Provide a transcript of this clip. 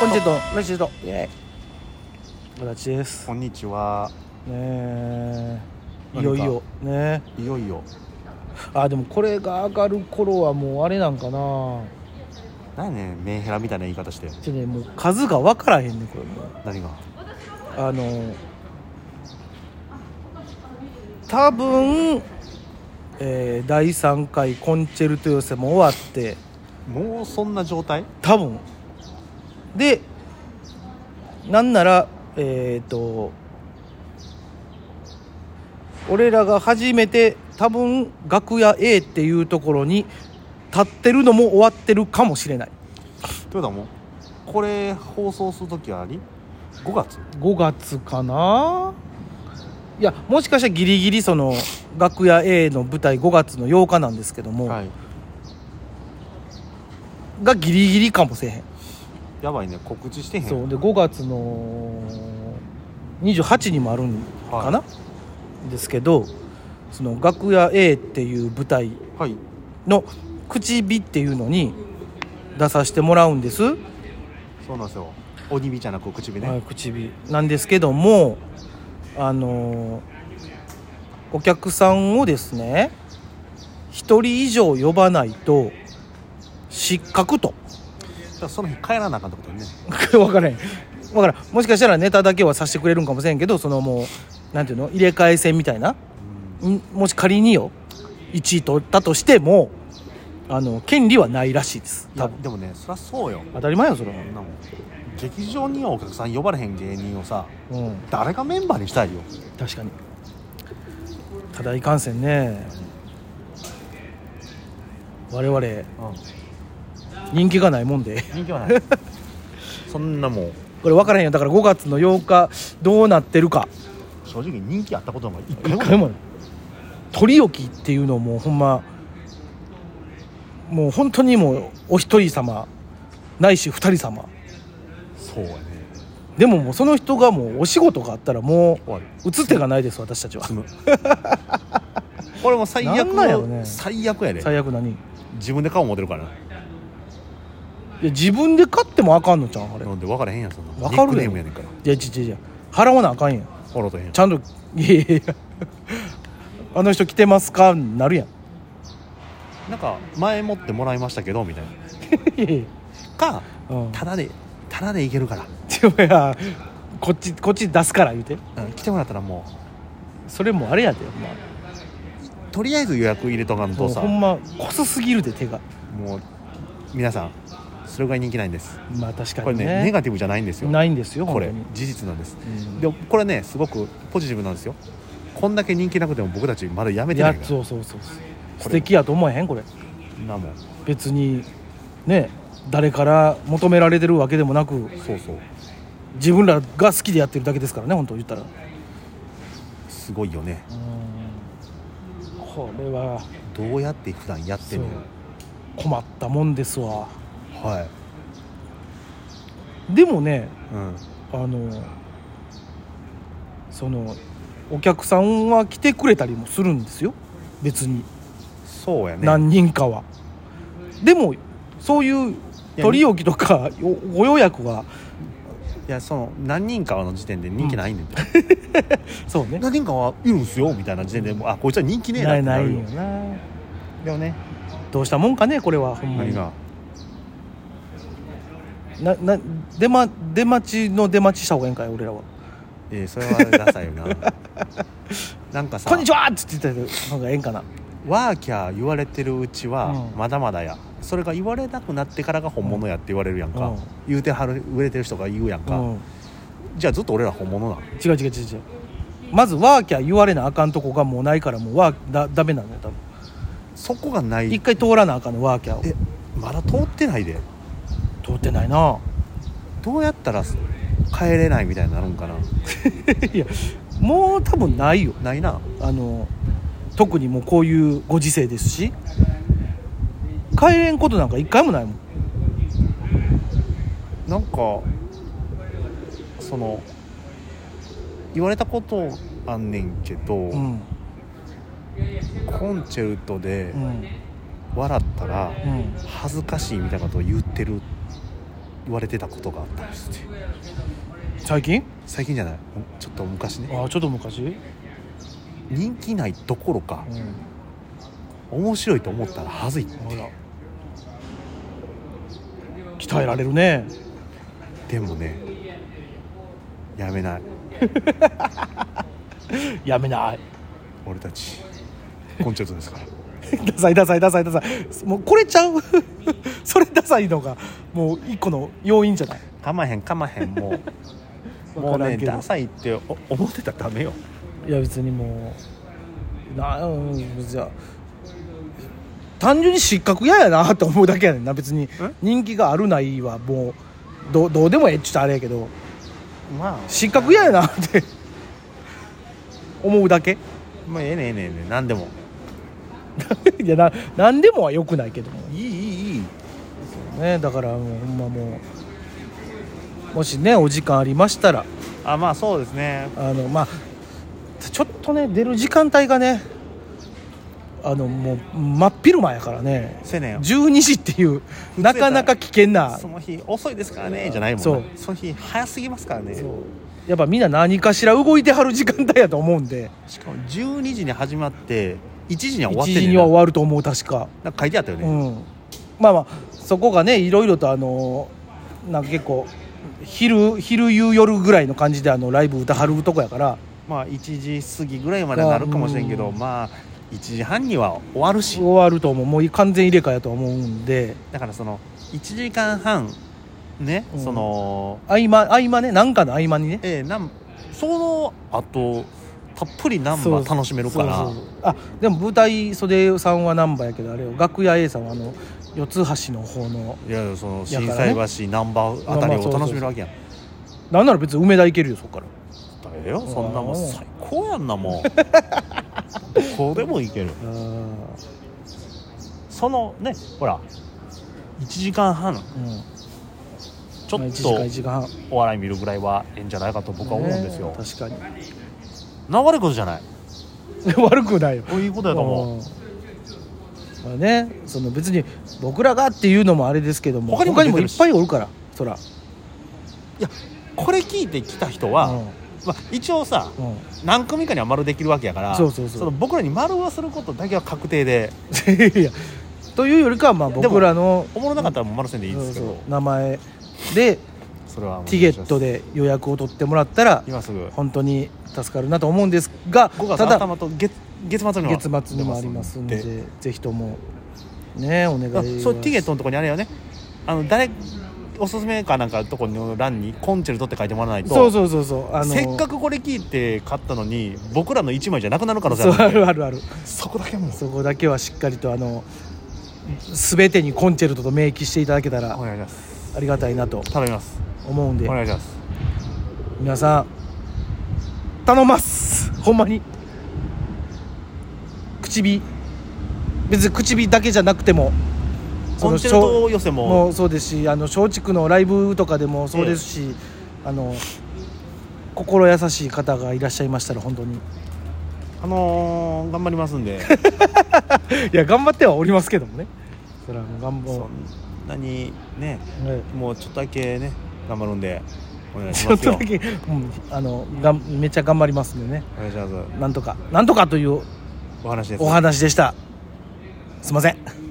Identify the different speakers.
Speaker 1: こんちと、ラシと、イェイ。私です。
Speaker 2: こんにちは。
Speaker 1: ねえ。い
Speaker 2: 何か
Speaker 1: よいよ、ね
Speaker 2: いよいよ。
Speaker 1: あ、でもこれが上がる頃はもうあれなんかな。ちょ
Speaker 2: 何やねんメンヘラみたいな言い方して。
Speaker 1: っとね、もう数が分からへんねん、これもう。
Speaker 2: 何が。
Speaker 1: あの、多分、えー第3回コンチェルト寄せも終わって、
Speaker 2: もうそんな状態。
Speaker 1: 多分でなんならえっ、と俺らが初めて多分楽屋 A っていうところに立ってるのも終わってるかもしれない
Speaker 2: ということはもう。これ放送するときはあり。5月。
Speaker 1: 5月かないやもしかしたらギリギリその楽屋 A の舞台5月の8日なんですけども、
Speaker 2: はい。
Speaker 1: がギリギリかもせえへん
Speaker 2: やばいね。告知してへん。
Speaker 1: そうで5月の28にもあるんかな、ですけどその楽屋 A っていう舞台
Speaker 2: はい。
Speaker 1: の口火っていうのに出させてもらうんです、
Speaker 2: そうなんですよ。鬼火じゃなく口火ね。
Speaker 1: はい、口火なんですけどもあのお客さんをですね1人以上呼ばないと失格と
Speaker 2: だからその日帰らなあかんってことね。
Speaker 1: 分からへん分からんもしかしたらネタだけはさせてくれるんかもしれんけどそのもうなんていうの入れ替え戦みたいな
Speaker 2: うん
Speaker 1: んもし仮によ1位取ったとしてもあの権利はないらしいです
Speaker 2: い
Speaker 1: 多
Speaker 2: や、
Speaker 1: 分
Speaker 2: でもね、そりゃそうよ。
Speaker 1: 当たり前よそれ
Speaker 2: そんなもん。劇場にはお客さん呼ばれへん芸人をさ。
Speaker 1: はうん
Speaker 2: 誰がメンバーにしたいよ。
Speaker 1: 確かにただいかんせんね我々
Speaker 2: うん。
Speaker 1: 人気がないもんで
Speaker 2: 人気は ない。そんなもん。
Speaker 1: これ分からへんよだから5月の8日どうなってるか
Speaker 2: 正直人気あったことなんか一回
Speaker 1: 一
Speaker 2: もない
Speaker 1: 回もない取り置きっていうのもほんまもう本当にもうお一人様ないし二人様
Speaker 2: そうやね
Speaker 1: でももうその人がもうお仕事があったらもう
Speaker 2: 終わる
Speaker 1: 打つ手がないです私たちは
Speaker 2: 積む これもう最悪
Speaker 1: なんなんやろね
Speaker 2: 最悪やで
Speaker 1: 最悪何い
Speaker 2: 自分で顔持てるから
Speaker 1: や自分で買ってもあかんのじゃんあれい
Speaker 2: なんで分からへんやんそんな
Speaker 1: 分かるよ
Speaker 2: ニックネームやねんから
Speaker 1: やちちち払わなあかんやん
Speaker 2: フォローとへんやん
Speaker 1: ちゃんといやいやいやあの人来てますかなるやん
Speaker 2: なんか前もってもらいましたけどみたい
Speaker 1: いやいや
Speaker 2: なか
Speaker 1: うん
Speaker 2: ただでただでいけるか
Speaker 1: ちょいやこっちこっち出すから言うて
Speaker 2: ら、うん来てもらったらも
Speaker 1: それもあれやでほんま
Speaker 2: うとりあえず予約入れとかんと
Speaker 1: もう
Speaker 2: さ
Speaker 1: ほんまこすすぎるで手が
Speaker 2: もう皆さんそれぐらい人気ないんです
Speaker 1: まあ確か
Speaker 2: これ
Speaker 1: にね
Speaker 2: ねネガティブじゃないんですよ
Speaker 1: ないんですよ
Speaker 2: これ
Speaker 1: 本
Speaker 2: 事実なんです
Speaker 1: 当に、うん
Speaker 2: でもこれねすごくポジティブなんですよこんだけ人気なくても僕たちまだやめ
Speaker 1: い
Speaker 2: てない
Speaker 1: や
Speaker 2: から
Speaker 1: そうそうそうそう
Speaker 2: れ
Speaker 1: 素敵やと思えへんこれ
Speaker 2: そんなもん
Speaker 1: 別にね誰から求められてるわけでもなく
Speaker 2: そうそう
Speaker 1: 自分らが好きでやってるだけですからね本当言ったら
Speaker 2: すごいよね
Speaker 1: これは
Speaker 2: どうやって普段やって
Speaker 1: そう
Speaker 2: るの
Speaker 1: 困ったもんですわ
Speaker 2: はい、
Speaker 1: でもね
Speaker 2: うん、
Speaker 1: あのそのお客さんは来てくれたりもするんですよ別に、
Speaker 2: そうやね
Speaker 1: 何人かはでもそういう
Speaker 2: や
Speaker 1: 取り置きとかおご予約はい
Speaker 2: やその何人かの時点で人気ないねんて、
Speaker 1: そう ね
Speaker 2: 何人かはいるんすよみたいな時点でもうあこいつは人気ねえなっ
Speaker 1: な
Speaker 2: て
Speaker 1: いな
Speaker 2: ないる
Speaker 1: よ
Speaker 2: よ
Speaker 1: な
Speaker 2: でもね
Speaker 1: どうしたもんかねこれはほんま
Speaker 2: 何
Speaker 1: に
Speaker 2: が
Speaker 1: なな出,、ま、出待ちの出待ちした方がいいんかい俺らは
Speaker 2: えー、それはダサいよ ななんか
Speaker 1: 「
Speaker 2: さ
Speaker 1: こんにちは!」っつって言った方がええんかな
Speaker 2: ワーキャー言われてるうちは
Speaker 1: うん
Speaker 2: まだまだや、それが言われなくなってからが本物やって言われるやんか、
Speaker 1: うん
Speaker 2: 言うてはる売れてる人が言うやん
Speaker 1: う
Speaker 2: か、
Speaker 1: ん
Speaker 2: じゃあずっと俺ら本物なの
Speaker 1: 違う違う違う違うまずワーキャー言われなあかんとこがもうないからもうワーだダメなのよ多分
Speaker 2: そこがない
Speaker 1: 一回通らなあかんのワーキャーを
Speaker 2: えまだ通ってないで
Speaker 1: 通ってないな
Speaker 2: どうやったら帰れないみたいになるんかない
Speaker 1: やもう多分ないよ
Speaker 2: ないな
Speaker 1: あの特にもうこういうご時世ですし帰れんことなんか一回もないもん
Speaker 2: なんかその言われたことあんねんけど、
Speaker 1: うん
Speaker 2: コンチェルトで
Speaker 1: うん
Speaker 2: 笑ったら
Speaker 1: うん
Speaker 2: 恥ずかしいみたいなことを言ってる言われてたことがあったりして
Speaker 1: 最近
Speaker 2: 最近じゃないほんちょっと昔ね
Speaker 1: ああちょっと昔、うん、
Speaker 2: 人気ないどころか面白いと思ったらはずいって
Speaker 1: ほら鍛えられるね
Speaker 2: でもねやめない
Speaker 1: やめない
Speaker 2: 俺たちコンチェルトです から
Speaker 1: ダサいダサいダサいダサいもうこれちゃう それダサいのがもう一個の要因じゃない
Speaker 2: かまへんかまへんも うも
Speaker 1: わ
Speaker 2: う
Speaker 1: から
Speaker 2: ね
Speaker 1: んけど
Speaker 2: ダサいってお思ってたらダメよ
Speaker 1: いや別にもうなうんじゃあ単純に失格嫌やなって思うだけやねんな別に人気があるないはもうどうどうでもええっちょっとあれやけど
Speaker 2: まあ
Speaker 1: 失格嫌やなって 思うだけ
Speaker 2: まあええねええねええね何でも
Speaker 1: いやな何でもはよくないけども
Speaker 2: いいいいいい
Speaker 1: ねだからもうほんまもうもしねお時間ありましたら
Speaker 2: あまあそうですね
Speaker 1: あのまあちょっとね出る時間帯がねあのもう真っ昼間やからね
Speaker 2: せやねん
Speaker 1: 12時って いうなかなか危険な
Speaker 2: その日遅いですからねじゃないもんな
Speaker 1: そう
Speaker 2: その日早すぎますからね
Speaker 1: そうやっぱみんな何かしら動いてはる時間帯やと思うんで
Speaker 2: しかも12時に始まって1時には終わ
Speaker 1: 1
Speaker 2: ってんねん
Speaker 1: 時
Speaker 2: な
Speaker 1: には終わると思う確か、
Speaker 2: なんか書いてあったよ
Speaker 1: う
Speaker 2: ね、
Speaker 1: ん、まあまあそこがねいろいろとあのなんか結構昼昼夕夜ぐらいの感じであのライブ歌はるとこやから
Speaker 2: まあ1時過ぎぐらいまではなるかもしれんけど、
Speaker 1: うん
Speaker 2: まあ1時半には終わるし
Speaker 1: 終わると思うもう完全入れ替えやと思うんで
Speaker 2: だからその1時間半ね、
Speaker 1: うん
Speaker 2: その
Speaker 1: 合間合間ねなんかの合間にね
Speaker 2: ええなんそのあとたっぷりナンバー楽しめるから
Speaker 1: そうそうあでも舞台袖さんは難波やけどあれよ楽屋 A さんはあの四ツ橋の方の
Speaker 2: いやいやその
Speaker 1: や
Speaker 2: 心
Speaker 1: からね
Speaker 2: 斎橋ナンバーあたり
Speaker 1: まあまあそ
Speaker 2: を
Speaker 1: うそう
Speaker 2: 楽しめるわけやんだ
Speaker 1: なんなら別に梅田行けるよそこから
Speaker 2: よそんなもん
Speaker 1: うん
Speaker 2: 最高やんなもうどこでも行ける
Speaker 1: うん
Speaker 2: そのねほら1時間半ちょ
Speaker 1: まあ
Speaker 2: っ
Speaker 1: 一時間一
Speaker 2: と
Speaker 1: 時間半
Speaker 2: お笑い見るぐらいはええんじゃないかと僕は思うんですよ
Speaker 1: ね確かに
Speaker 2: な悪いことじゃない
Speaker 1: 悪くないよ
Speaker 2: こういうことやと思う
Speaker 1: うんまあねその別に僕らがっていうのもあれですけども
Speaker 2: 他にも
Speaker 1: い
Speaker 2: 出て
Speaker 1: っ
Speaker 2: るし
Speaker 1: ぱいおるからそら
Speaker 2: いやこれ聞いてきた人は、まあ、一応さ
Speaker 1: うんうん
Speaker 2: 何組かには丸できるわけやから
Speaker 1: そうそうそう
Speaker 2: の僕らに丸をすることだけは確定で
Speaker 1: いやというよりかはまあ
Speaker 2: も
Speaker 1: 僕らの
Speaker 2: おもろなかったらもう丸せんでいいですけど
Speaker 1: そうそう名前で
Speaker 2: それはもう
Speaker 1: ティゲットで予約を取ってもらったら
Speaker 2: 今すぐ
Speaker 1: 本当に助かるなと思うんですが
Speaker 2: 5月
Speaker 1: ただ
Speaker 2: 頭と月月末には
Speaker 1: 月末にもありますん
Speaker 2: 出
Speaker 1: でぜひともねお願い
Speaker 2: ま
Speaker 1: は
Speaker 2: すんであそうティゲットのとこにあれよねあの誰おすすめかなんかのとこの欄にコンチェルトって書いてもらわないと
Speaker 1: そうそうそうそうあ
Speaker 2: せっか
Speaker 1: く
Speaker 2: くこれ聞いて買ったのに僕らの1枚じゃなくなる可能性
Speaker 1: そう
Speaker 2: あ
Speaker 1: あ
Speaker 2: る
Speaker 1: るあるある
Speaker 2: そこだけもう
Speaker 1: そこだけはしっかりとあの全てにコンチェルトと明記していただけたら
Speaker 2: お願いします
Speaker 1: ありがたいなと
Speaker 2: 頼みます
Speaker 1: 思うんで
Speaker 2: お願いします
Speaker 1: 皆さん頼ます ほんまに唇別に唇だけじゃなくても
Speaker 2: コンチェル
Speaker 1: しょ
Speaker 2: ト予選も
Speaker 1: もうそうですしあの松竹のライブとかでもそうですし、あの心優しい方がいらっしゃいましたら本当にい
Speaker 2: あのー頑張りますん で
Speaker 1: や頑張ってはおりますけどもねそれはもう頑
Speaker 2: そん
Speaker 1: 張
Speaker 2: なにね
Speaker 1: え
Speaker 2: もうちょっとだけね頑張るんでお願い
Speaker 1: え
Speaker 2: し
Speaker 1: ちょ
Speaker 2: ま
Speaker 1: っ
Speaker 2: す
Speaker 1: と
Speaker 2: よ
Speaker 1: だけ、うん、あのがんめっちゃ頑張りますんでね
Speaker 2: お願いします
Speaker 1: なんとかなんとかという
Speaker 2: お話です
Speaker 1: お話でしたすいません